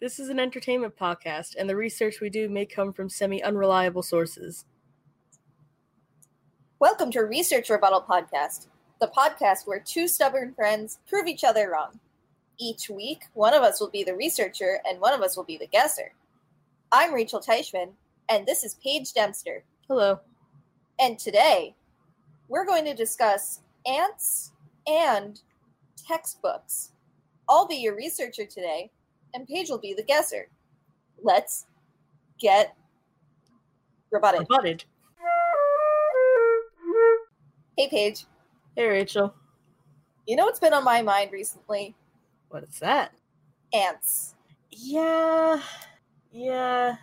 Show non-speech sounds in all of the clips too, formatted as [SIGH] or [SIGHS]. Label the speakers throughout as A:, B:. A: This is an entertainment podcast, and the research we do may come from semi unreliable sources.
B: Welcome to Research Rebuttal Podcast, the podcast where two stubborn friends prove each other wrong. Each week, one of us will be the researcher and one of us will be the guesser. I'm Rachel Teichman, and this is Paige Dempster.
A: Hello.
B: And today, we're going to discuss ants and textbooks. I'll be your researcher today, and Paige will be the guesser. Let's get rebutted.
A: Rebutted.
B: Hey, Paige.
A: Hey, Rachel.
B: You know what's been on my mind recently?
A: What is that?
B: Ants.
A: Yeah. Yeah.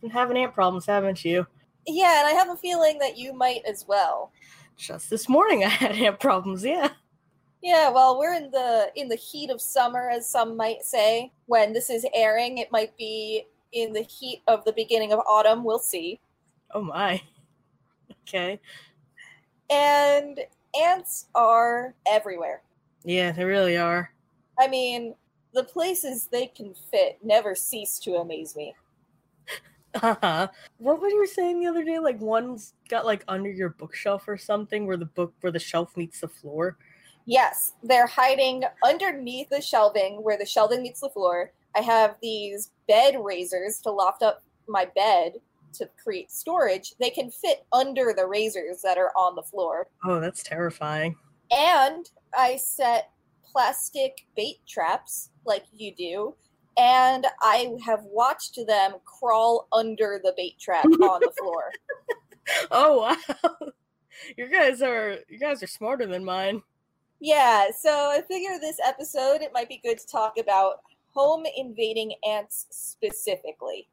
A: Been having ant problems, haven't you?
B: Yeah, and I have a feeling that you might as well.
A: Just this morning [LAUGHS] I had ant problems, yeah.
B: Yeah, well, we're in the in the heat of summer, as some might say. When this is airing, it might be in the heat of the beginning of autumn. We'll see.
A: Oh my. Okay.
B: And ants are everywhere.
A: Yeah, they really are.
B: I mean, the places they can fit never cease to amaze me.
A: Uh-huh. What were you saying the other day? Like one's got like under your bookshelf or something where the book where the shelf meets the floor.
B: Yes, they're hiding underneath the shelving where the shelving meets the floor. I have these bed raisers to loft up my bed to create storage. They can fit under the razors that are on the floor.
A: Oh, that's terrifying.
B: And I set plastic bait traps like you do. And I have watched them crawl under the bait trap on the floor.
A: Oh wow. [LAUGHS] You guys are you guys are smarter than mine.
B: Yeah, so I figure this episode it might be good to talk about home invading ants specifically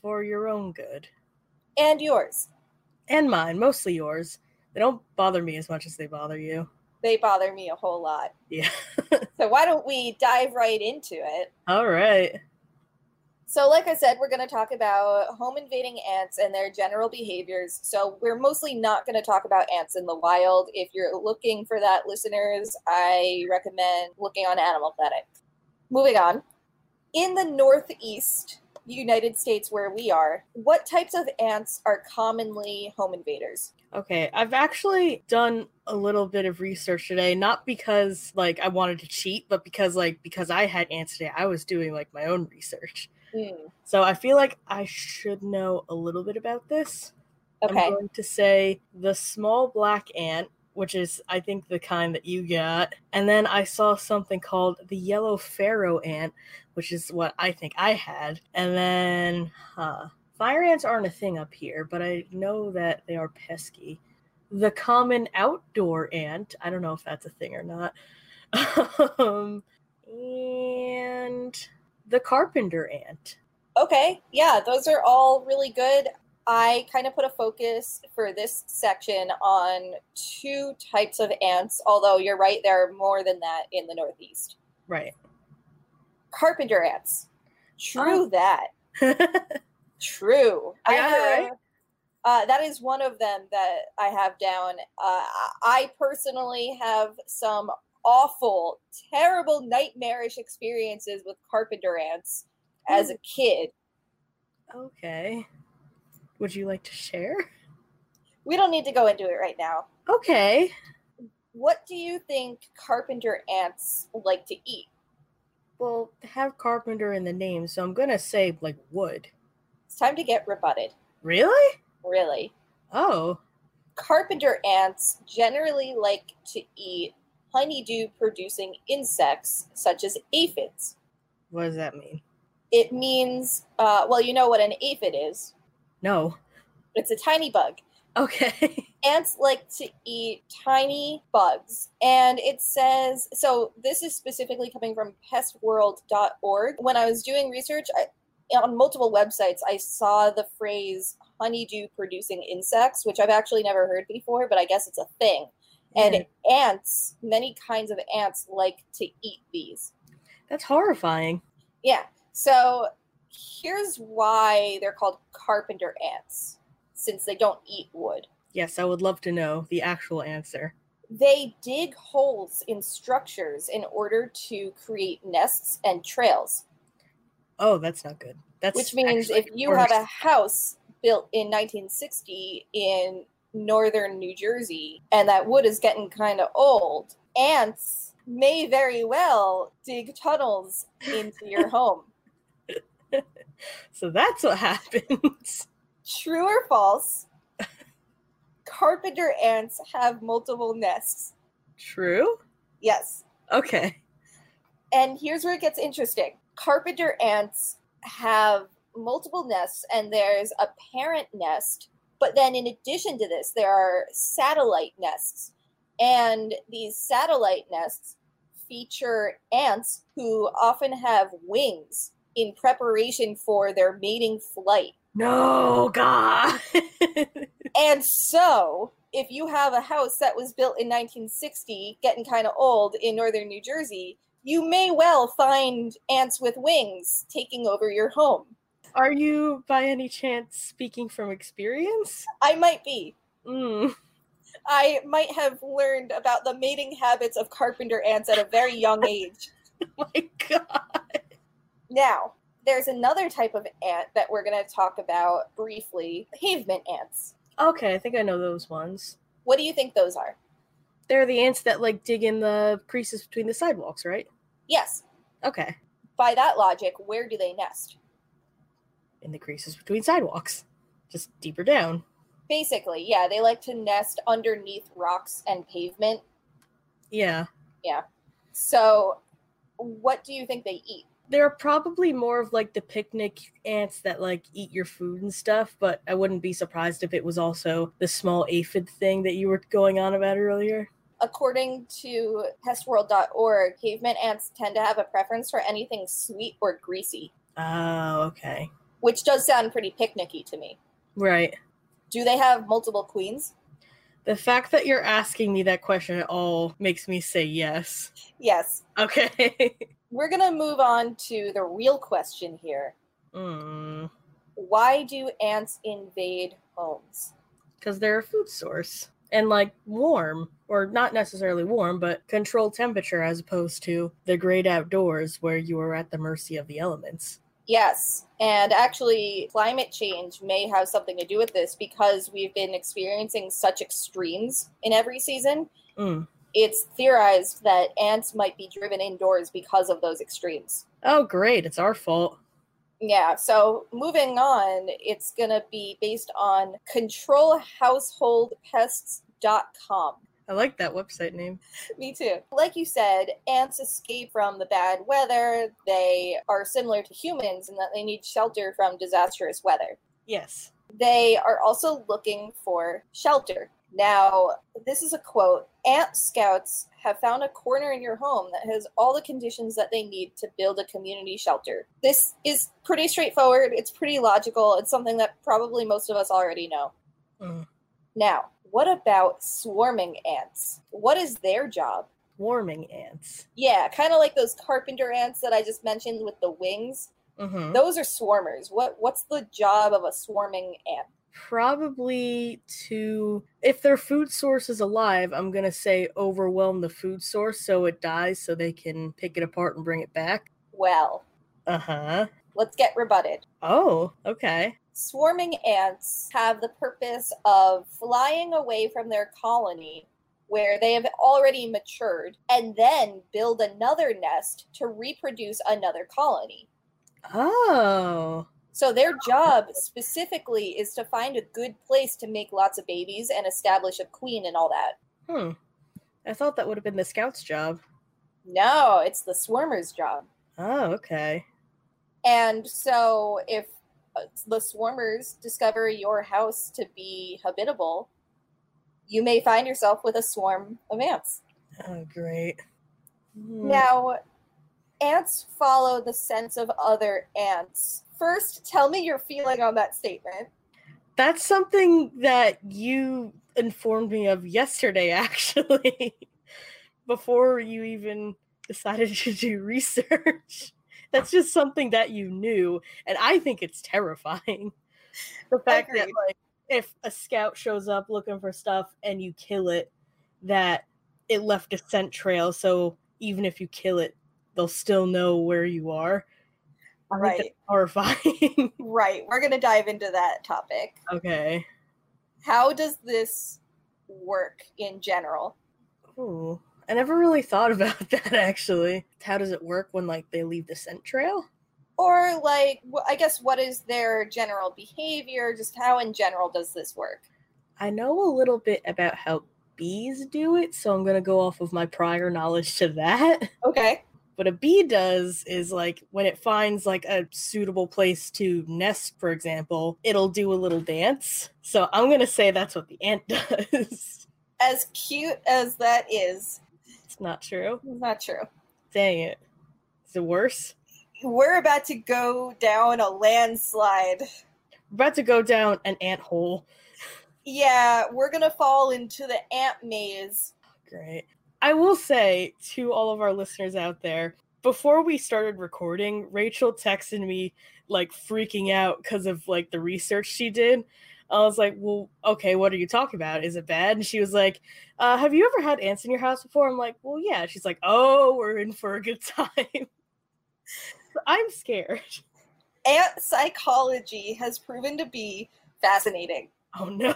A: For your own good.
B: and yours.
A: And mine, mostly yours. They don't bother me as much as they bother you.
B: They bother me a whole lot.
A: Yeah.
B: So why don't we dive right into it?
A: All right.
B: So, like I said, we're going to talk about home invading ants and their general behaviors. So, we're mostly not going to talk about ants in the wild. If you're looking for that, listeners, I recommend looking on Animal Planet. Moving on. In the Northeast United States, where we are, what types of ants are commonly home invaders?
A: Okay, I've actually done a little bit of research today, not because like I wanted to cheat, but because like because I had ants today, I was doing like my own research.
B: Hmm,
A: So I feel like I should know a little bit about this.
B: okay.
A: I'm going to say the small black ant, which is I think the kind that you got, and then I saw something called the yellow pharaoh ant, which is what I think I had, and then huh, fire ants aren't a thing up here, but I know that they are pesky. The common outdoor ant, I don't know if that's a thing or not, [LAUGHS] um, and the carpenter ant.
B: Okay, yeah, those are all really good. I kind of put a focus for this section on two types of ants, although you're right, there are more than that in the Northeast.
A: Right. [LAUGHS]
B: Carpenter ants.
A: Oh.
B: True that. True.
A: I got it right?
B: have- Uh, that is one of them that I have down. Uh, I personally have some awful, terrible, nightmarish experiences with carpenter ants as
A: Hmm.
B: a kid.
A: Okay. Would you like to share?
B: We don't need to go into it right now.
A: Okay.
B: What do you think carpenter ants like to eat?
A: Well, have carpenter in the name, so I'm gonna say like wood.
B: It's time to get rebutted,
A: Really?
B: really.
A: Oh.
B: Carpenter ants generally like to eat honeydew producing insects such as aphids.
A: What does that mean?
B: It means, uh, well, you know what an aphid is
A: No. [LAUGHS]
B: it's a tiny bug. [LAUGHS]
A: Okay.
B: ants like to eat tiny bugs. And it says so this is specifically coming from pestworld.org. When I was doing research, I, on multiple websites, I saw the phrase honeydew producing insects, which I've actually never heard before, but I guess it's a thing. And ants, many kinds of ants like to eat these.
A: That's horrifying.
B: Yeah. So here's why they're called carpenter ants, since they don't eat wood.
A: Yes, I would love to know the actual answer.
B: They dig holes in structures in order to create nests and trails,
A: Oh, that's not good. That's
B: which means
A: actually
B: if you have a
A: worse. [LAUGHS]
B: house built in 1960 in northern New Jersey and that wood is getting kind of old, ants may very well dig tunnels into
A: [LAUGHS]
B: your home.
A: so that's what happens. [LAUGHS]
B: True or false? Carpenter ants have multiple nests.
A: True.
B: Yes.
A: Okay.
B: And here's where it gets interesting. Carpenter ants have multiple nests, and there's a parent nest. But then, in addition to this, there are satellite nests. And these satellite nests feature ants who often have wings in preparation for their mating flight.
A: No, God. [LAUGHS]
B: And so, if you have a house that was built in 1960, getting kind of old in northern New Jersey, you may well find ants with wings taking over your home.
A: Are you by any chance speaking from experience?
B: I might be.
A: Mm. [LAUGHS]
B: I might have learned about the mating habits of carpenter ants at a very young age.
A: My God.
B: Now, there's another type of ant that we're going to talk about briefly pavement ants.
A: Okay, I think I know those ones.
B: What do you think those are?
A: They're the ants that like dig in the creases between the sidewalks, right?
B: Yes,
A: Okay.
B: by that logic, where do they nest?
A: In the creases between sidewalks, just deeper down.
B: Basically, yeah, they like to nest underneath rocks and pavement.
A: Yeah.
B: So, what do you think they eat?
A: They're probably more of like the picnic ants that like eat your food and stuff, but I wouldn't be surprised if it was also the small aphid thing that you were going on about earlier.
B: According to pestworld.org, caveman ants tend to have a preference for anything sweet or greasy,
A: Oh, okay.
B: which does sound pretty picnicky to me.
A: Right.
B: Do they have multiple queens?
A: The fact that you're asking me that question at all makes me say yes.
B: Yes.
A: Okay. [LAUGHS]
B: We're going to move on to the real question here.
A: mm,
B: Why do ants invade homes?
A: cuz they're a food source and like warm or not necessarily warm, but controlled temperature as opposed to the great outdoors where you are at the mercy of the elements.
B: Yes, and actually, climate change may have something to do with this because we've been experiencing such extremes in every season.
A: Mm.
B: It's theorized that ants might be driven indoors because of those extremes.
A: Oh, great. It's our fault.
B: Yeah, so moving on, it's going to be based on controlhouseholdpests.com.
A: I like that website name.
B: [LAUGHS] Me too. Like you said, ants escape from the bad weather. They are similar to humans in that they need shelter from disastrous weather.
A: Yes.
B: They are also looking for shelter. Now, this is a quote Ant scouts have found a corner in your home that has all the conditions that they need to build a community shelter. This is pretty straightforward, it's pretty logical, it's something that probably most of us already know.
A: Mm.
B: Now, what about swarming ants? What is their job?
A: Warming ants.
B: Yeah, kind of like those carpenter ants that I just mentioned with the wings.
A: Mhm.
B: Those are swarmers. What what's the job of a swarming ant?
A: Probably to, if their food source is alive, I'm going to say overwhelm the food source so it dies so they can pick it apart and bring it back.
B: Well,
A: Uh huh.
B: let's get rebutted.
A: Oh, okay.
B: Swarming ants have the purpose of flying away from their colony where they have already matured and then build another nest to reproduce another colony.
A: Oh,
B: So their job specifically is to find a good place to make lots of babies and establish a queen and all that.
A: hmm. I thought that would have been the scout's job.
B: No, it's the swarmer's job.
A: Oh, okay.
B: And so if uh, the swarmers discover your house to be habitable, you may find yourself with a swarm of ants.
A: Oh, great. Hmm.
B: Now, ants follow the sense of other ants. First, tell me your feeling on that statement.
A: That's something that you informed me of yesterday, [LAUGHS] actually, before you even decided to do research. That's just something that you knew, and I think it's terrifying. The fact that,
B: Agreed.
A: like, if a scout shows up looking for stuff and you kill it, that it left a scent trail, so even if you kill it, they'll still know where you are. I think that's
B: Right,
A: horrifying. [LAUGHS]
B: right. We're going to dive into that topic.
A: okay.
B: How does this work in general?
A: Ooh, I never really thought [LAUGHS] about that actually. How does it work when like they leave the scent trail?
B: Or, like, wh- I guess, what is their general behavior? Just how, in general, does this work?
A: I know a little bit about how bees do it, so I'm gonna go off of my prior knowledge to that. [LAUGHS]
B: Okay.
A: What a bee does is like when it finds like a suitable place to nest, for example, it'll do a little dance. So I'm gonna say that's what the ant [LAUGHS] does.
B: As cute as that is,
A: it's not true.
B: not true.
A: Dang it. Is it worse?
B: We're about to go down a landslide.
A: We're about to go down an ant hole.
B: Yeah, we're gonna fall into the ant maze.
A: Great. I will say to all of our listeners out there, before we started recording, Rachel texted me like freaking out because of like the research she did. I was like, "Well, okay, what are you talking about? Is it bad?" And she was like, uh, "Have you ever had ants in your house before?" I'm like, "Well, yeah." She's like, "Oh, we're in for a good [LAUGHS] time." So I'm scared. [LAUGHS]
B: Ant psychology has proven to be fascinating.
A: Oh no.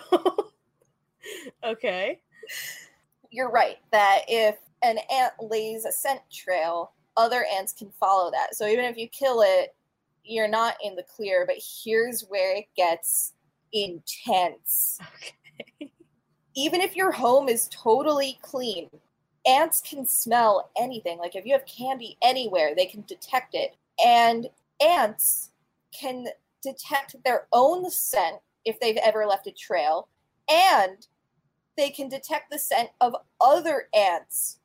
A: [LAUGHS] okay.
B: You're right that if an ant lays a scent trail, other ants can follow that. So even if you kill it, you're not in the clear, but here's where it gets intense.
A: Okay.
B: even if your home is totally clean, ants can smell anything. Like if you have candy anywhere, they can detect it. And ants can detect their own scent if they've ever left a trail, and they can detect the scent of other ants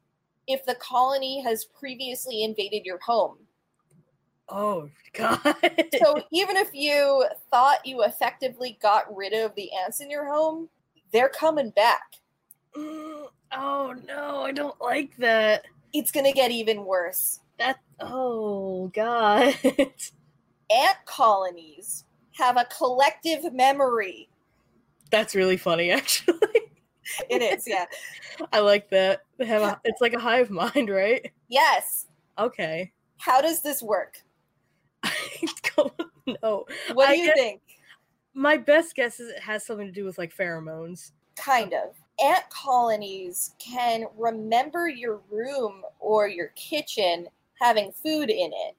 B: if the colony has previously invaded your home.
A: Oh [LAUGHS] god. [LAUGHS]
B: So even if you thought you effectively got rid of the ants in your home, they're coming back.
A: Mm, oh no, I don't like that.
B: It's going to get even worse.
A: That oh god. [LAUGHS]
B: ant colonies have a collective memory.
A: That's really funny actually. [LAUGHS]
B: It is, yeah.
A: I like that. They have a, it's like a hive mind, right?
B: yes.
A: Okay. [LAUGHS]
B: How does this work?
A: no.
B: What do
A: I
B: you
A: guess-
B: think?
A: My best guess is it has something to do with like pheromones.
B: Kind of. Ant colonies can remember your room or your kitchen having food in it,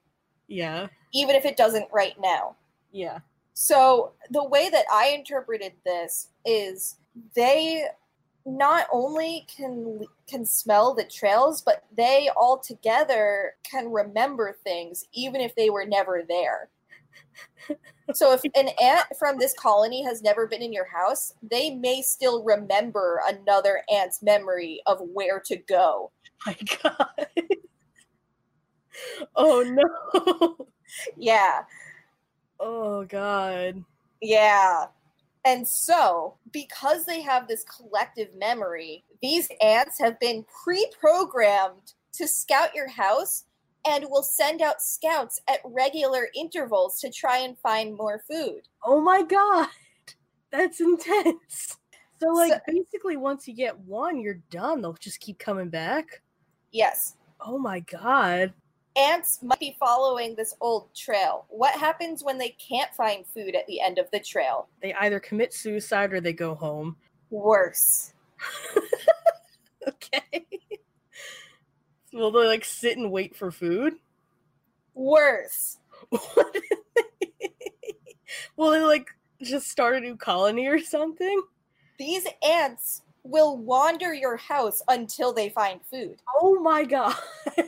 A: Yeah.
B: even if it doesn't right now.
A: Yeah. [LAUGHS]
B: So, the way that I interpreted this is they not only can can smell the trails, but they all together can remember things even if they were never there. So, if an ant from this colony has never been in your house, they may still remember another ant's memory of where to go.
A: My god. oh no. [LAUGHS]
B: Yeah.
A: Oh god.
B: Yeah. And so, because they have this collective memory, these ants have been pre programmed to scout your house and will send out scouts at regular intervals to try and find more food.
A: Oh my god. That's intense. So like
B: So-
A: basically once you get one, you're done. They'll just keep coming back.
B: Yes,
A: Oh my god.
B: ants might be following this old trail. What happens when they can't find food at the end of the trail?
A: They either commit suicide or they go home. [LAUGHS]
B: Worse.
A: Okay. Will they like sit and wait for food? [LAUGHS]
B: Worse.
A: What? Will they like just start a new colony or something?
B: These ants will wander your house until they find food.
A: Oh my god. [LAUGHS]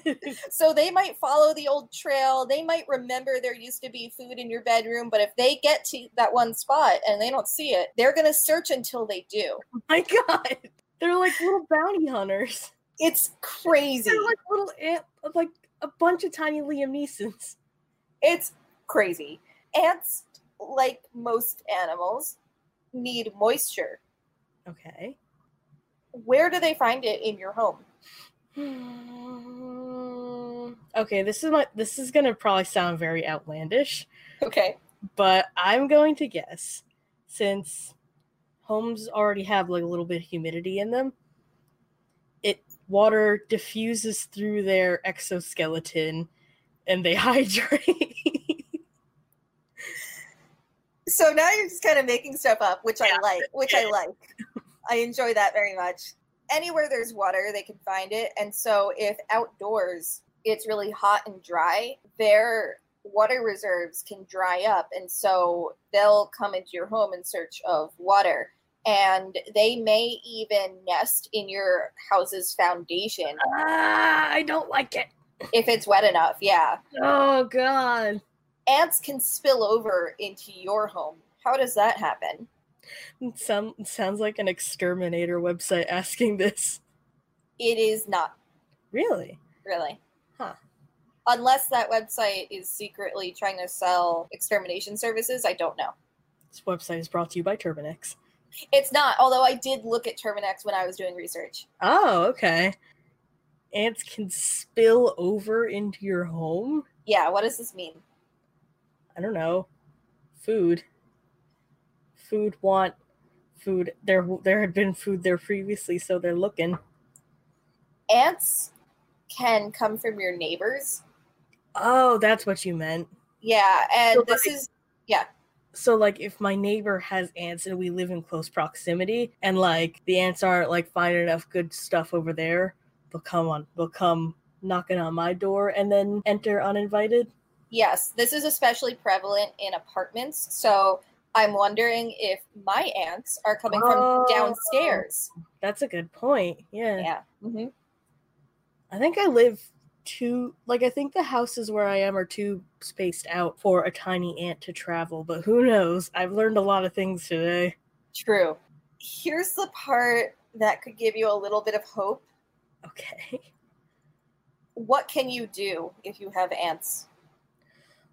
B: So they might follow the old trail. They might remember there used to be food in your bedroom, but if they get to that one spot and they don't see it, they're going to search until they do.
A: my god. They're like little bounty hunters.
B: It's crazy.
A: They're like little ant, like a bunch of tiny Liam Neesons.
B: It's crazy. Ants, like most animals, need moisture.
A: Okay. [SIGHS]
B: Where do they find it in your home?
A: Mm, Okay, this is my this is gonna probably sound very outlandish,
B: Okay.
A: but I'm going to guess since homes already have like a little bit of humidity in them, it water diffuses through their exoskeleton and they [LAUGHS] hydrate.
B: So now you're just kind of making stuff up, which I like, which I like. I enjoy that very much. Anywhere there's water, they can find it. And so if outdoors it's really hot and dry, their water reserves can dry up. And so they'll come into your home in search of water. And they may even nest in your house's foundation
A: ah, I don't like it.
B: if it's wet enough. Yeah.
A: Oh god.
B: Ants can spill over into your home. How does that happen?
A: It sound, it sounds like an exterminator website asking this.
B: It is not
A: Really?
B: Really?
A: Huh.
B: Unless that website is secretly trying to sell extermination services, I don't know.
A: This website is brought to you by Turbinex.
B: It's not, although I did look at Terminex when I was doing research.
A: Oh, okay. Ants can spill over into your home?
B: Yeah, what does this mean?
A: I don't know. Food. Food want food. There there had been food there previously, so they're looking.
B: Ants can come from your neighbors.
A: Oh, that's what you meant.
B: Yeah, and
A: So
B: this
A: like-
B: is
A: So like if my neighbor has ants and we live in close proximity and like the ants aren't like finding enough good stuff over there, they'll come on they'll come knocking on my door and then enter uninvited.
B: yes, this is especially prevalent in apartments. So I'm wondering if my ants are coming
A: Oh.
B: from downstairs.
A: That's a good point. Yeah.
B: Yeah. hmm
A: I think I live two like I think the houses where I am are too spaced out for a tiny ant to travel, but who knows? I've learned a lot of things today. [LAUGHS]
B: True. Here's the part that could give you a little bit of hope.
A: Okay.
B: what can you do if you have ants?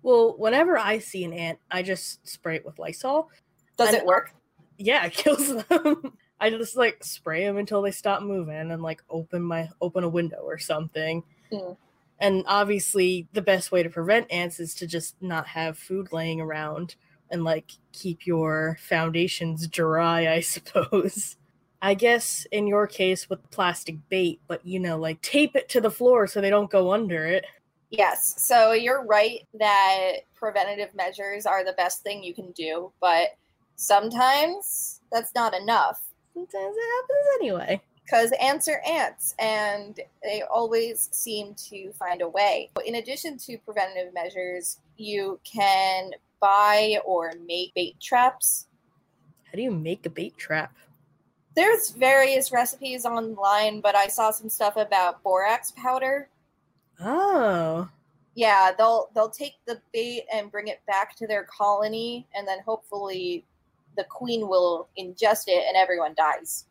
A: Well, whenever I see an ant, I just spray it with Lysol.
B: Does
A: I-
B: it work?
A: Yeah, it [LAUGHS] kills them. I just like spray them until they stop moving and like open my open a window or something.
B: Mm.
A: And obviously, the best way to prevent ants is to just not have food laying around and like keep your foundations dry, I [LAUGHS] suppose. I guess in your case with plastic bait, but you know, like tape it to the floor so they don't go under it.
B: Yes. So you're right that preventative measures are the best thing you can do, but sometimes that's not enough
A: Sometimes it happens anyway.
B: because ants are ants and they always seem to find a way. In addition to preventative measures, you can buy or make bait traps.
A: How do you make a bait trap?
B: There's various recipes online, but I saw some stuff about borax powder
A: Oh,
B: yeah they'll they'll take the bait and bring it back to their colony and then hopefully the queen will ingest it and everyone dies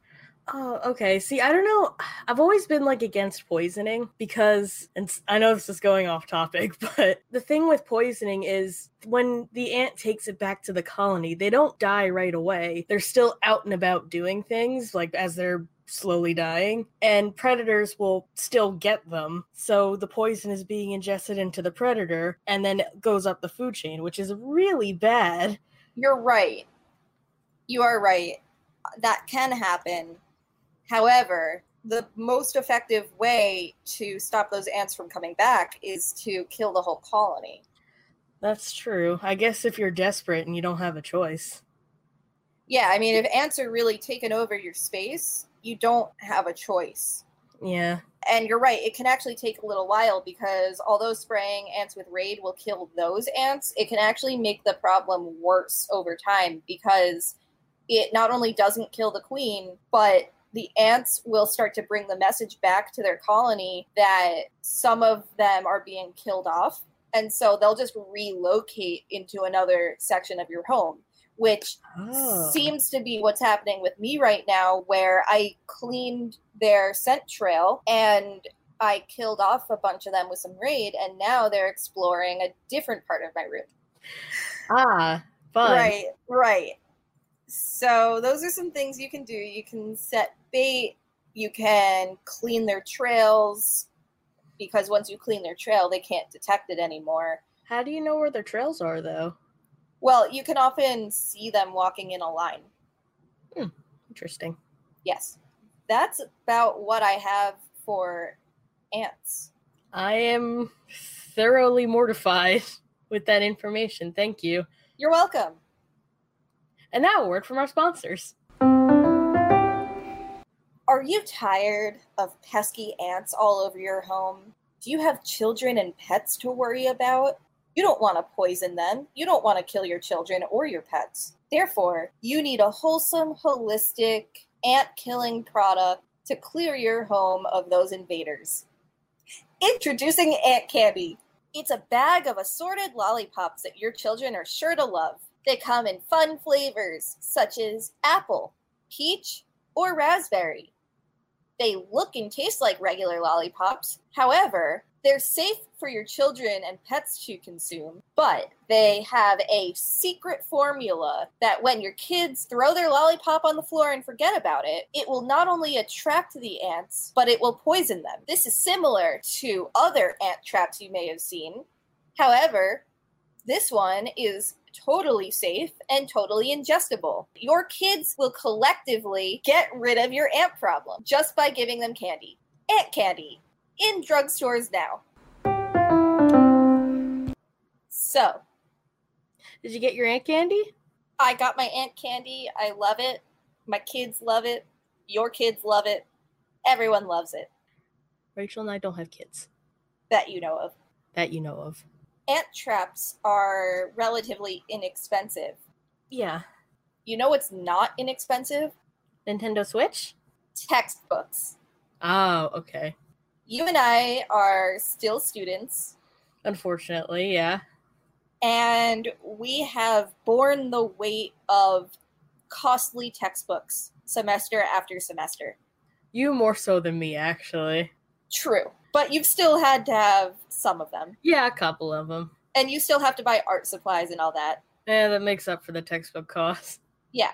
A: Oh, okay. See, I don't know. I've always been like against poisoning because, and s- I know this is going off topic, [LAUGHS] but the thing with poisoning is when the ant takes it back to the colony, they don't die right away. They're still out and about doing things, like as they're slowly dying, and predators will still get them. So the poison is being ingested into the predator and then it goes up the food chain, which is really bad.
B: you're right you are right that can happen however the most effective way to stop those ants from coming back is to kill the whole colony
A: That's true. I guess if you're desperate and you don't have a choice.
B: yeah i mean if ants are really taking over your space you don't have a choice
A: Yeah.
B: And you're right, it can actually take a little while because although spraying ants with raid will kill those ants, it can actually make the problem worse over time because it not only doesn't kill the queen, but the ants will start to bring the message back to their colony that some of them are being killed off. And so they'll just relocate into another section of your home, which
A: Oh.
B: seems to be what's happening with me right now, where I cleaned their scent trail and I killed off a bunch of them with some raid, and now they're exploring a different part of my room.
A: ah, fun.
B: Right, right. So those are some things you can do. You can set bait, you can clean their trails because once you clean their trail, they can't detect it anymore.
A: How do you know where their trails are, though?
B: Well, you can often see them walking in a line.
A: Interesting.
B: Yes. That's about what I have for ants.
A: I am thoroughly mortified [LAUGHS] with that information. Thank you.
B: You're welcome.
A: And now a word from our sponsors.
B: Are you tired of pesky ants all over your home? Do you have children and pets to worry about? You don't want to poison them. You don't want to kill your children or your pets. Therefore, you need a wholesome, holistic, ant killing product to clear your home of those invaders. Introducing Ant Candy. It's a bag of assorted lollipops that your children are sure to love. They come in fun flavors such as apple, peach, or raspberry. They look and taste like regular lollipops. However, they're safe for your children and pets to consume, but they have a secret formula that when your kids throw their lollipop on the floor and forget about it, it will not only attract the ants, but it will poison them. This is similar to other ant traps you may have seen. However, this one is totally safe and totally ingestible. Your kids will collectively get rid of your ant problem just by giving them candy. Ant candy in drugstores now. So,
A: Did you get your ant candy?
B: I got my ant candy. I love it. My kids love it. Your kids love it. Everyone loves it
A: Rachel and I don't have kids
B: that you know of.
A: that you know of.
B: Ant traps are relatively inexpensive.
A: Yeah.
B: You know what's not inexpensive?
A: Nintendo Switch?
B: Textbooks.
A: Oh, okay.
B: you and I are still students,
A: Unfortunately, yeah.
B: and we have borne the weight of costly textbooks semester after semester.
A: You more so than me, actually.
B: True. But you've still had to have some of them,
A: Yeah, a couple of them.
B: and you still have to buy art supplies and all that.
A: Yeah, that makes up for the textbook cost.
B: Yeah.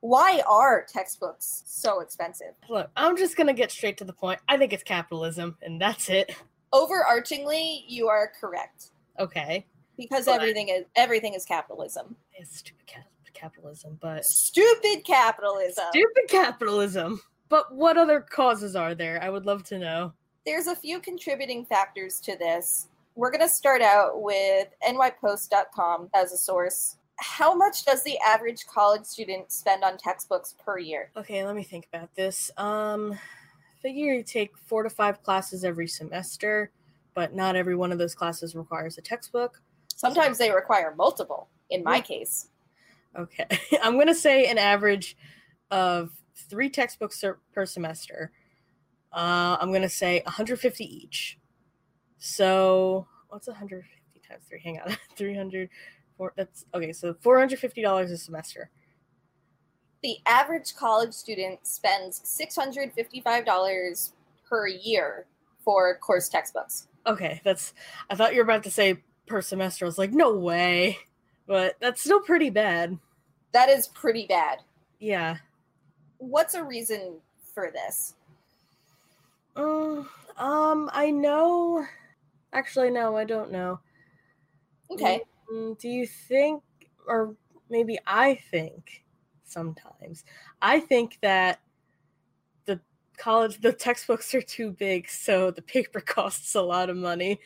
B: Why are textbooks so expensive?
A: Look, I'm just gonna get straight to the point. I think it's capitalism, and that's it.
B: Overarchingly, you are correct
A: Okay.
B: because
A: But-
B: everything is everything is capitalism.
A: It's stupid cap- capitalism, but
B: Stupid capitalism.
A: stupid capitalism. But what other causes are there? I would love to know.
B: there's a few contributing factors to this. We're going to start out with nypost.com as a source. How much does the average college student spend on textbooks per year?
A: Okay, let me think about this. Um, figure you take four to five classes every semester, but not every one of those classes requires a textbook.
B: Sometimes they require multiple, in my
A: Yeah.
B: case.
A: Okay, [LAUGHS] I'm gonna say an average of three textbooks ser- per semester. Uh, I'm gonna say 150 each. So what's 150 times three? Hang on, [LAUGHS] 300. Four, that's okay. So 450 dollars a semester.
B: The average college student spends $655 per year for course textbooks.
A: Okay, that's. I thought you were about to say per semester. I was like, no way, but that's still pretty bad.
B: That is pretty bad.
A: Yeah.
B: What's a reason for this?
A: Mm, um, I know. Actually, no, I don't know.
B: Okay.
A: Mm, Do you think, or maybe I think sometimes, I think that the college, the textbooks are too big, so the paper [LAUGHS] costs a lot of money.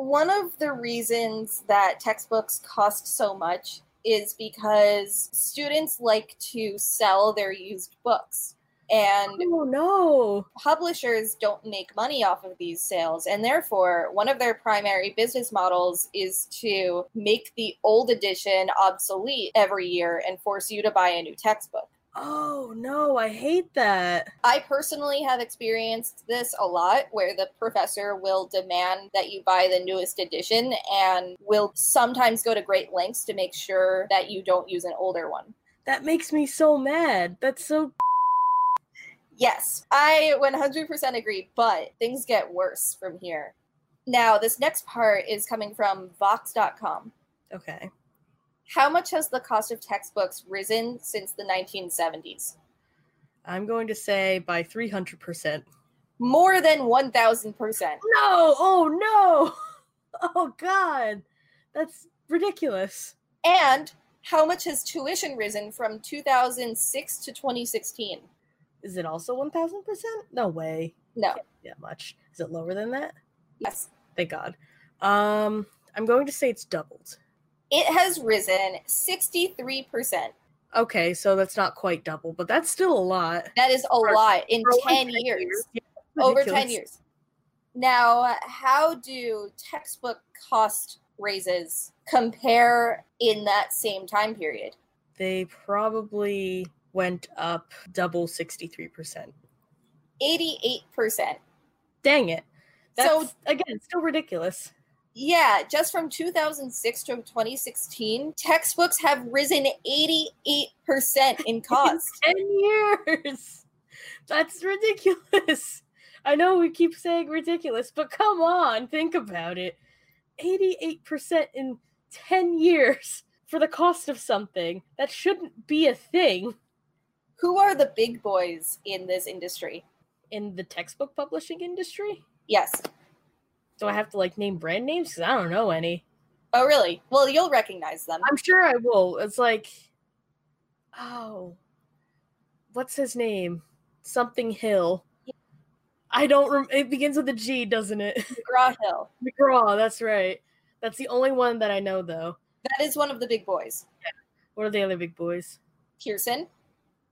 B: one of the reasons that textbooks cost so much is because students like to sell their used books and
A: Oh, no.
B: publishers don't make money off of these sales and therefore one of their primary business models is to make the old edition obsolete every year and force you to buy a new textbook
A: Oh no, I hate that.
B: I personally have experienced this a lot where the professor will demand that you buy the newest edition and will sometimes go to great lengths to make sure that you don't use an older one.
A: That makes me so mad. That's so [LAUGHS]
B: Yes, I 100% agree, but things get worse from here. Now, this next part is coming from Vox.com.
A: okay.
B: How much has the cost of textbooks risen since the 1970s?
A: I'm going to say by 300%.
B: More than 1,000%.
A: No! Oh no! [LAUGHS] Oh god. That's ridiculous.
B: And how much has tuition risen from 2006 to 2016?
A: Is it also 1000%? No way.
B: No.
A: Yeah, much. Is it lower than that?
B: Yes.
A: Thank god. Um I'm going to say it's doubled.
B: It has risen 63%.
A: Okay, so that's not quite double, but that's still a lot.
B: That is a
A: For-
B: lot in
A: for over
B: 10 years. Over 10
A: Ridiculous.
B: years. Now, how do textbook cost raises compare in that same time period?
A: They probably went up double 63%.
B: 88%.
A: Dang it. That's,
B: So-
A: so again, still ridiculous.
B: Yeah, just from 2006 to 2016, textbooks have risen 88%
A: [LAUGHS]
B: in cost.
A: 10 years. That's ridiculous. I know we keep saying ridiculous, but come on, think about it. 88% in 10 years for the cost of something. That shouldn't be a thing
B: Who are the big boys in this industry?
A: in the textbook publishing industry.
B: Yes.
A: Do I have to like name brand names? Because I don't know any.
B: Oh, really? Well, you'll recognize them.
A: I'm sure I will. It's like, oh, what's his name? Something Hill. I don't. Rem- it begins with a G, doesn't it? [LAUGHS]
B: McGraw Hill.
A: McGraw. That's right. That's the only one that I know, though.
B: That is one of the big boys.
A: What are the other big boys?
B: Pearson,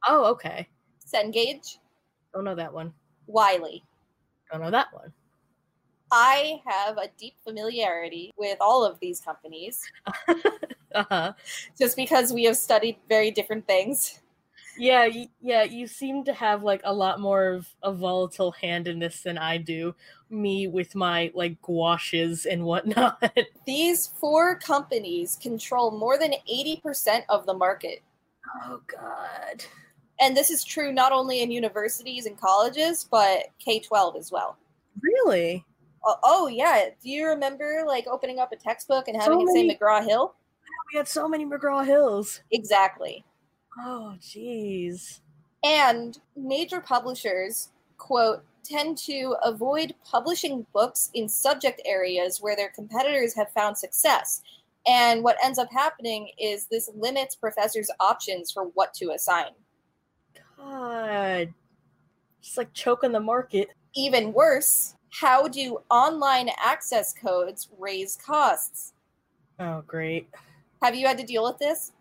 A: Oh, okay.
B: Cengage,
A: Don't know that one.
B: Wiley.
A: Don't know that one. [LAUGHS]
B: I have a deep familiarity with all of these companies
A: Uh huh.
B: just because we have studied very different things.
A: Yeah, y- yeah. You seem to have like a lot more of a volatile hand in this than I do. Me with my like gouaches and whatnot. [LAUGHS]
B: These four companies control more than 80% of the market.
A: oh God.
B: And this is true not only in universities and colleges, but K 12 as well.
A: Really?
B: Oh, oh, yeah. Do you remember like opening up a textbook and having
A: So
B: it say
A: many-
B: McGraw Hill?
A: We had so many McGraw Hills.
B: Exactly.
A: Oh, jeez.
B: And major publishers, quote, tend to avoid publishing books in subject areas where their competitors have found success. And what ends up happening is this limits professors' options for what to assign.
A: God. Just like choking the market.
B: Even worse, how do online access codes raise costs?
A: Oh, great.
B: Have you had to deal with this?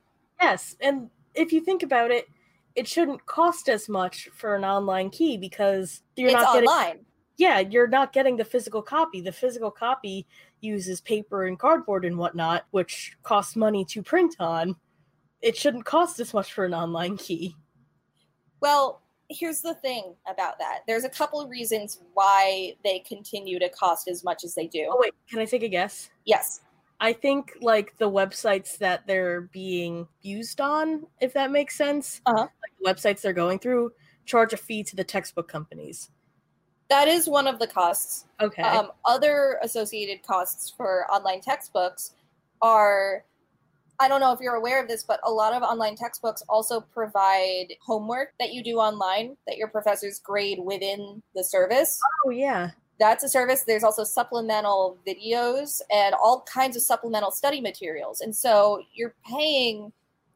A: Yes, and if you think about it, it shouldn't cost as much for an online key because you're
B: it's
A: not getting
B: online.
A: Yeah, you're not getting the physical copy. The physical copy uses paper and cardboard and whatnot, which costs money to print on. It shouldn't cost as much for an online key.
B: Well, here's the thing about that. There's a couple of reasons why they continue to cost as much as they do.
A: Oh wait, can I take a guess?
B: Yes.
A: I think like the websites that they're being used on, if that makes sense,
B: Uh-huh.
A: like websites they're going through, charge a fee to the textbook companies.
B: That is one of the costs.
A: Okay.
B: Um, other associated costs for online textbooks are I don't know if you're aware of this, but a lot of online textbooks also provide homework that you do online that your professors grade within the service.
A: oh yeah.
B: That's a service. There's also supplemental videos and all kinds of supplemental study materials. And so you're paying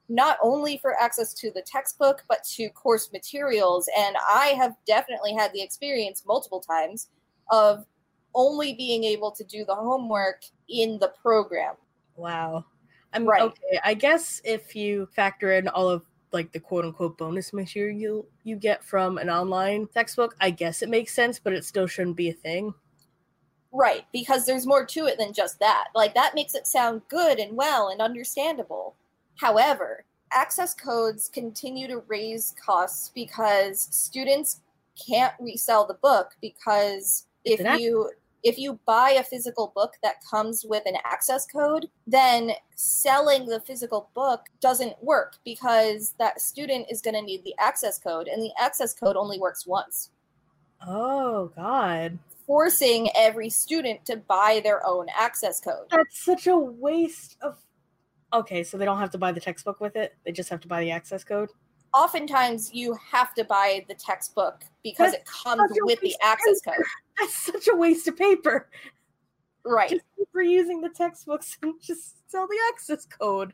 B: not only for access to the textbook, but to course materials. And I have definitely had the experience multiple times of only being able to do the homework in the program.
A: Wow. I'm
B: Right.
A: okay. I guess if you factor in all of like the quote unquote bonus material you get from an online textbook, I guess it makes sense, but it still shouldn't be a thing.
B: Right, because there's more to it than just that. Like, that makes it sound good and well and understandable. However, access codes continue to raise costs because students can't resell the book because if
A: Did I-
B: you if you buy a physical book that comes with an access code, then selling the physical book doesn't work because that student is going to need the access code and the access code only works once,
A: Oh god.
B: forcing every student to buy their own access code.
A: That's such a waste of Okay, so they don't have to buy the textbook with it. They just have to buy the access code.
B: Oftentimes you have to buy the textbook because it comes
A: such a
B: with the
A: waste of
B: access code.
A: [LAUGHS] That's such a waste of paper.
B: Right.
A: Just keep reusing the textbooks and just sell the access code.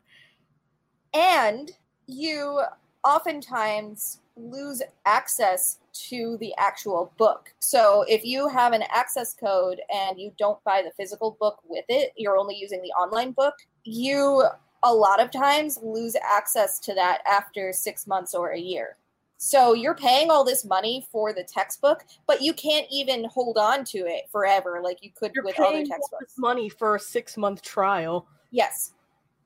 B: and you oftentimes lose access to the actual book. So if you have an access code and you don't buy the physical book with it, you're only using the online book, you a lot of times lose access to that after 6 months or a year. So you're paying all this money for the textbook, but you can't even hold on to it forever like you could
A: You're
B: with other
A: paying all
B: textbooks.
A: this money for a six month trial.
B: Yes.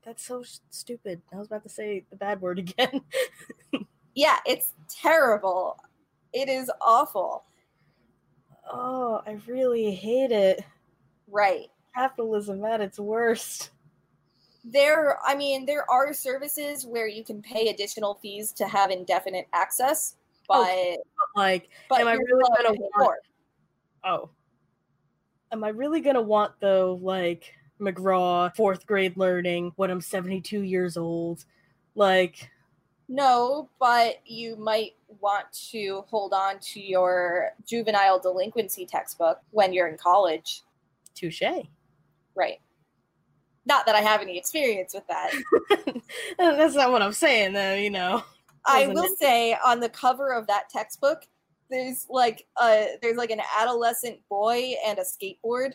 A: That's so s- stupid. I was about to say the bad word [LAUGHS] again.
B: Yeah, it's terrible. It is awful.
A: Oh, I really hate it.
B: Right.
A: Capitalism at its worst.
B: There, I mean, there are services where you can pay additional fees to have indefinite access, but
A: Okay. Like,
B: but
A: Am I
B: you're
A: really
B: still
A: gonna
B: paying
A: want-
B: more.
A: oh, am I really gonna want though? Like McGraw, fourth grade learning when I'm 72 years old. Like,
B: No, but you might want to hold on to your juvenile delinquency textbook when you're in college,
A: touche. [LAUGHS]
B: right? Not that I have any experience with
A: [LAUGHS]
B: that.
A: That's not what I'm saying though. You know.
B: I
A: Wasn't
B: will
A: it?
B: say on the cover of that textbook, there's like a there's like an adolescent boy and a skateboard.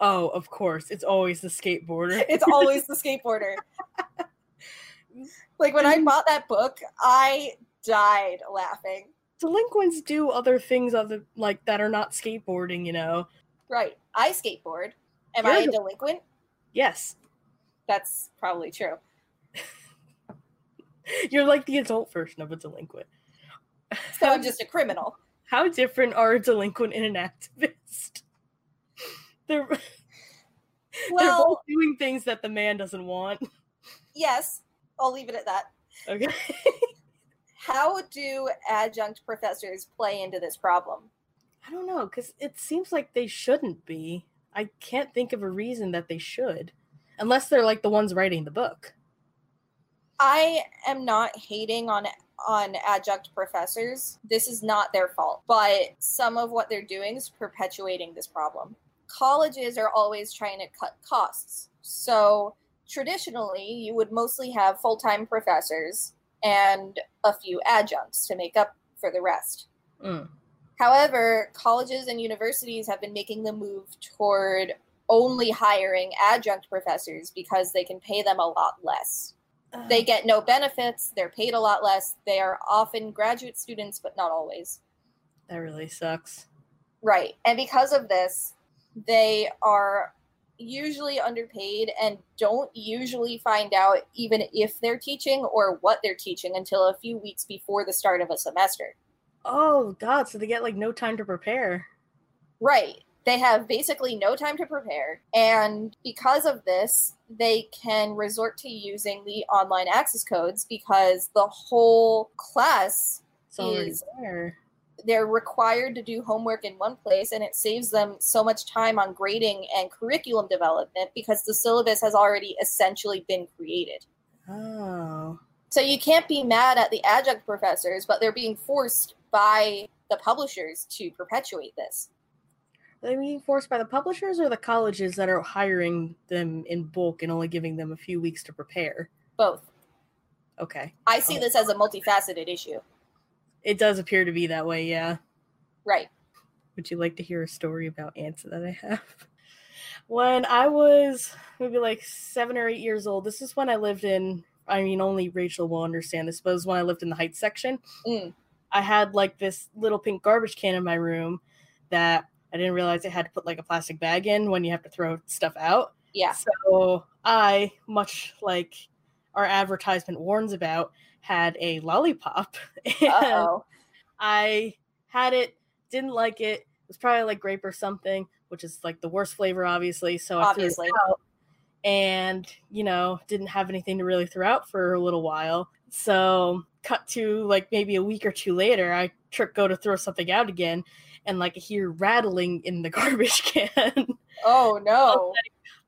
A: Oh, of course, it's always the skateboarder. [LAUGHS]
B: It's always the skateboarder. like when I bought that book, I died laughing.
A: Delinquents do other things other like that are not skateboarding. You know.
B: Right. I skateboard. Am I
A: You're
B: a
A: the-
B: delinquent?
A: Yes,
B: That's probably true.
A: you're like the adult version of a delinquent.
B: So I'm just a criminal.
A: How different are a delinquent and an activist? [LAUGHS] They're they're both
B: Well,
A: doing things that the man doesn't want. [LAUGHS]
B: yes, I'll leave it at that.
A: Okay.
B: How do adjunct professors play into this problem?
A: I don't know, because it seems like they shouldn't be. I can't think of a reason that they should. Unless they're like the ones writing the book.
B: I am not hating on on adjunct professors. This is not their fault, but some of what they're doing is perpetuating this problem. Colleges are always trying to cut costs. So traditionally, you would mostly have full-time professors and a few adjuncts to make up for the rest.
A: Mm.
B: However, colleges and universities have been making the move toward only hiring adjunct professors because they can pay them a lot less they get no benefits they're paid a lot less they are often graduate students but not always
A: that really sucks.
B: right and because of this they are usually underpaid and don't usually find out even if they're teaching or what they're teaching until a few weeks before the start of a semester
A: Oh god, so they get like no time to prepare.
B: Right. They have basically no time to prepare. And because of this, they can resort to using the online access codes because the whole class
A: It's already
B: Is-
A: there.
B: they're required to do homework in one place and it saves them so much time on grading and curriculum development because the syllabus has already essentially been created.
A: Oh.
B: So you can't be mad at the adjunct professors, but they're being forced by the publishers to perpetuate this.
A: Are they being forced by the publishers or the colleges that are hiring them in bulk and only giving them a few weeks to prepare?
B: Both.
A: Okay.
B: I see
A: Oh.
B: this as a multifaceted issue.
A: It does appear to be that way, yeah.
B: Right.
A: Would you like to hear a story about ants that I have? [LAUGHS] When I was maybe like seven or eight years old, this is when I lived in, I mean, only Rachel will understand this, but it was when I lived in the Heights section.
B: Mm.
A: I had like this little pink garbage can in my room that I didn't realize it had to put like a plastic [LAUGHS] bag in when you have to throw stuff out.
B: Yeah.
A: So I, much like our advertisement warns about had a lollipop. [LAUGHS] and
B: Uh-oh.
A: I had it, didn't like it. It was probably like grape or something, which is like the worst flavor, obviously. So I threw it
B: Obviously.
A: out and, you know, didn't have anything to really throw out for a little while. So cut to like maybe a week or two later, I trick go to throw something out again and like I hear rattling in the [LAUGHS] garbage can.
B: Oh
A: [LAUGHS]
B: no.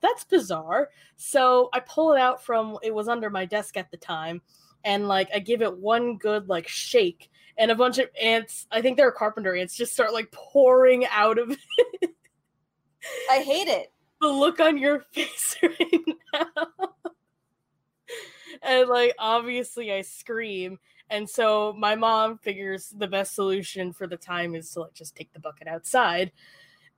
A: that's bizarre. So I pull it out from it was under my desk at the time, and like I give it one good like shake, and a bunch of ants. I think they're carpenter ants. Just start like pouring out of [LAUGHS]
B: I hate it.
A: the look on your [LAUGHS] face right now. and like obviously I scream. And so my mom figures the best solution for the time is to like just take the bucket outside.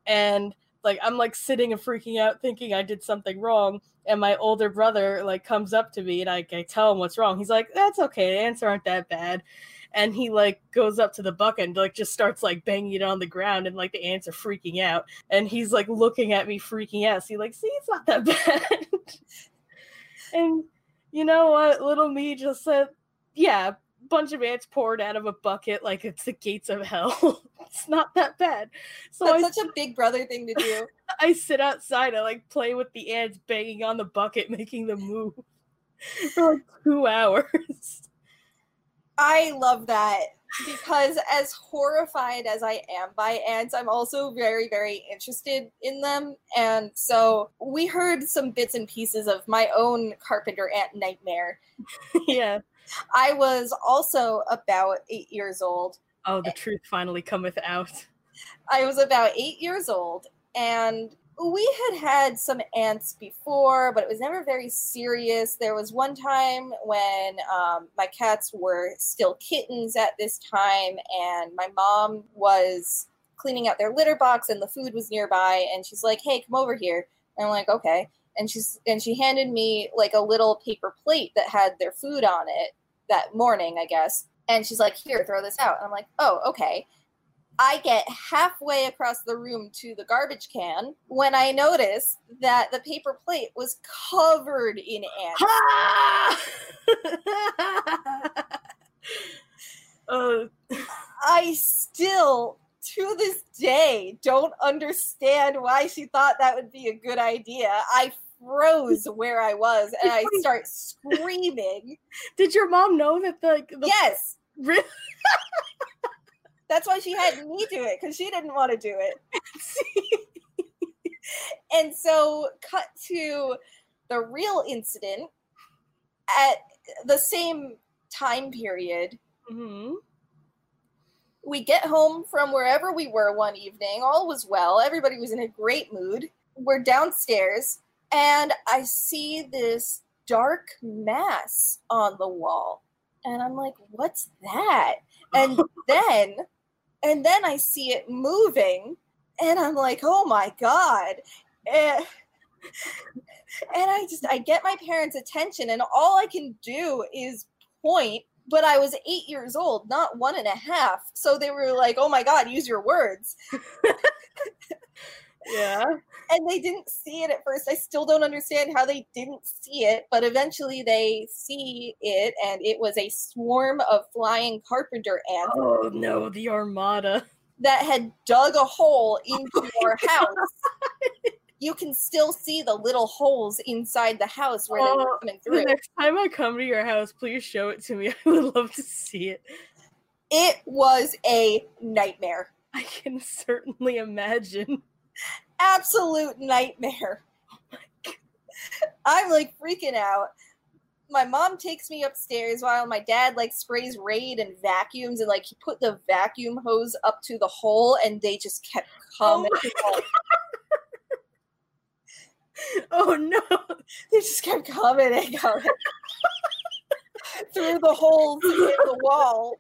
A: And like I'm like sitting and freaking out thinking I did something wrong. And my older brother like comes up to me and I, I tell him what's wrong. He's like, That's okay, the ants aren't that bad. And he like goes up to the bucket and like just starts like banging it on the ground and like the ants are freaking out and he's like looking at me freaking out. So he's like, see, it's not that [LAUGHS] bad. and you know what? Little me just said, yeah, bunch of ants poured out of a bucket like it's the gates of hell. [LAUGHS] it's not that bad. So I,
B: That's such a big brother thing to do.
A: I sit outside, I like play with the ants banging on the bucket, [LAUGHS] making them move for like two hours. [LAUGHS]
B: I love that because as horrified as I am by ants, I'm also very, very interested in them. And so we heard some bits and pieces of my own carpenter ant nightmare.
A: yeah.
B: I was also about eight years old.
A: Oh, the truth finally cometh out. [LAUGHS]
B: I was about eight years old, and we had had some ants before, but it was never very serious. There was one time when um, my cats were still kittens at this time, and my mom was cleaning out their litter box, and the food was nearby, and she's like, "Hey, come over here." And I'm like, "Okay." And she's and she handed me like a little paper plate that had their food on it that morning, I guess. And she's like, "Here, throw this out." And I'm like, "Oh, okay." I get halfway across the room to the garbage can when I notice that the paper plate was covered in ants.
A: oh,
B: I still, to this day, don't understand why she thought that would be a good idea. I froze where I was and I start screaming.
A: did your mom know that the, the [LAUGHS]
B: Yes,
A: Really?
B: that's why she had me do it because she didn't want to do it. [LAUGHS] and so cut to the real incident at the same time period
A: Mhm.
B: we get home from wherever we were one evening all was well everybody was in a great mood we're downstairs and i see this dark mass on the wall and i'm like what's that and then and then i see it moving and i'm like oh my god and, and i just i get my parents attention and all i can do is point but i was eight years old not one and a half so they were like oh my god use your words
A: yeah.
B: and they didn't see it at first i still don't understand how they didn't see it but eventually they see it and it was a swarm of flying carpenter ants
A: Oh no, the Armada.
B: that had dug a hole into your house. You can still see the little holes inside the house where they
A: Oh,
B: were coming
A: The
B: through.
A: next time I come to your house, please show it to me. [LAUGHS] I would love to see it.
B: It was a nightmare.
A: I can certainly imagine. [LAUGHS]
B: Absolute nightmare. I'm like freaking out. My mom takes me upstairs while my dad like sprays raid and vacuums and like he put the vacuum hose up to the hole and they just kept coming.
A: Oh no.
B: They just kept coming and coming [LAUGHS] through the holes in the wall.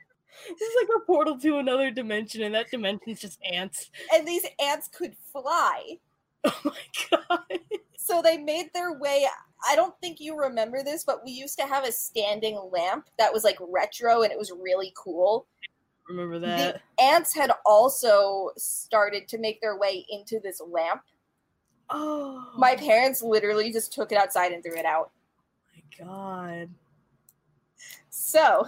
A: This is like a portal to another dimension, and that dimension's just ants. [LAUGHS]
B: and these ants could fly.
A: Oh my god.
B: So they made their way. I don't think you remember this, but we used to have a standing lamp that was like retro and it was really cool.
A: Remember that?
B: Ants had also started to make their way into this lamp.
A: Oh
B: Oh My parents literally just took it outside and threw it out.
A: my god.
B: So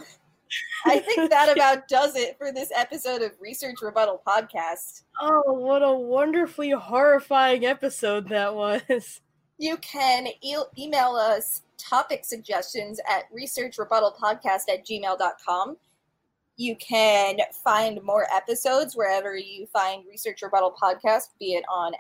B: I think that about does it for this episode of Research Rebuttal Podcast.
A: Oh, what a wonderfully horrifying episode that was.
B: You can e- email us topic suggestions at researchrebuttalpodcast at gmail.com. You can find more episodes wherever you find Research Rebuttal Podcast, be it on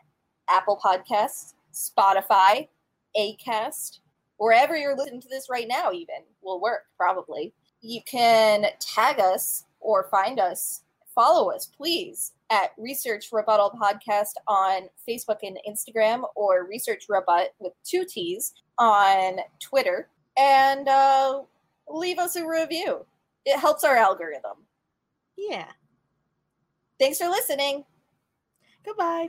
B: Apple Podcasts, Spotify, Acast, wherever you're listening to this right now, even will work probably. You can tag us or find us, follow us, please, at Research Rebuttal Podcast on Facebook and Instagram, or Research Rebut with two T's on Twitter, and uh, leave us a review. It helps our algorithm.
A: Yeah.
B: Thanks for listening.
A: Goodbye.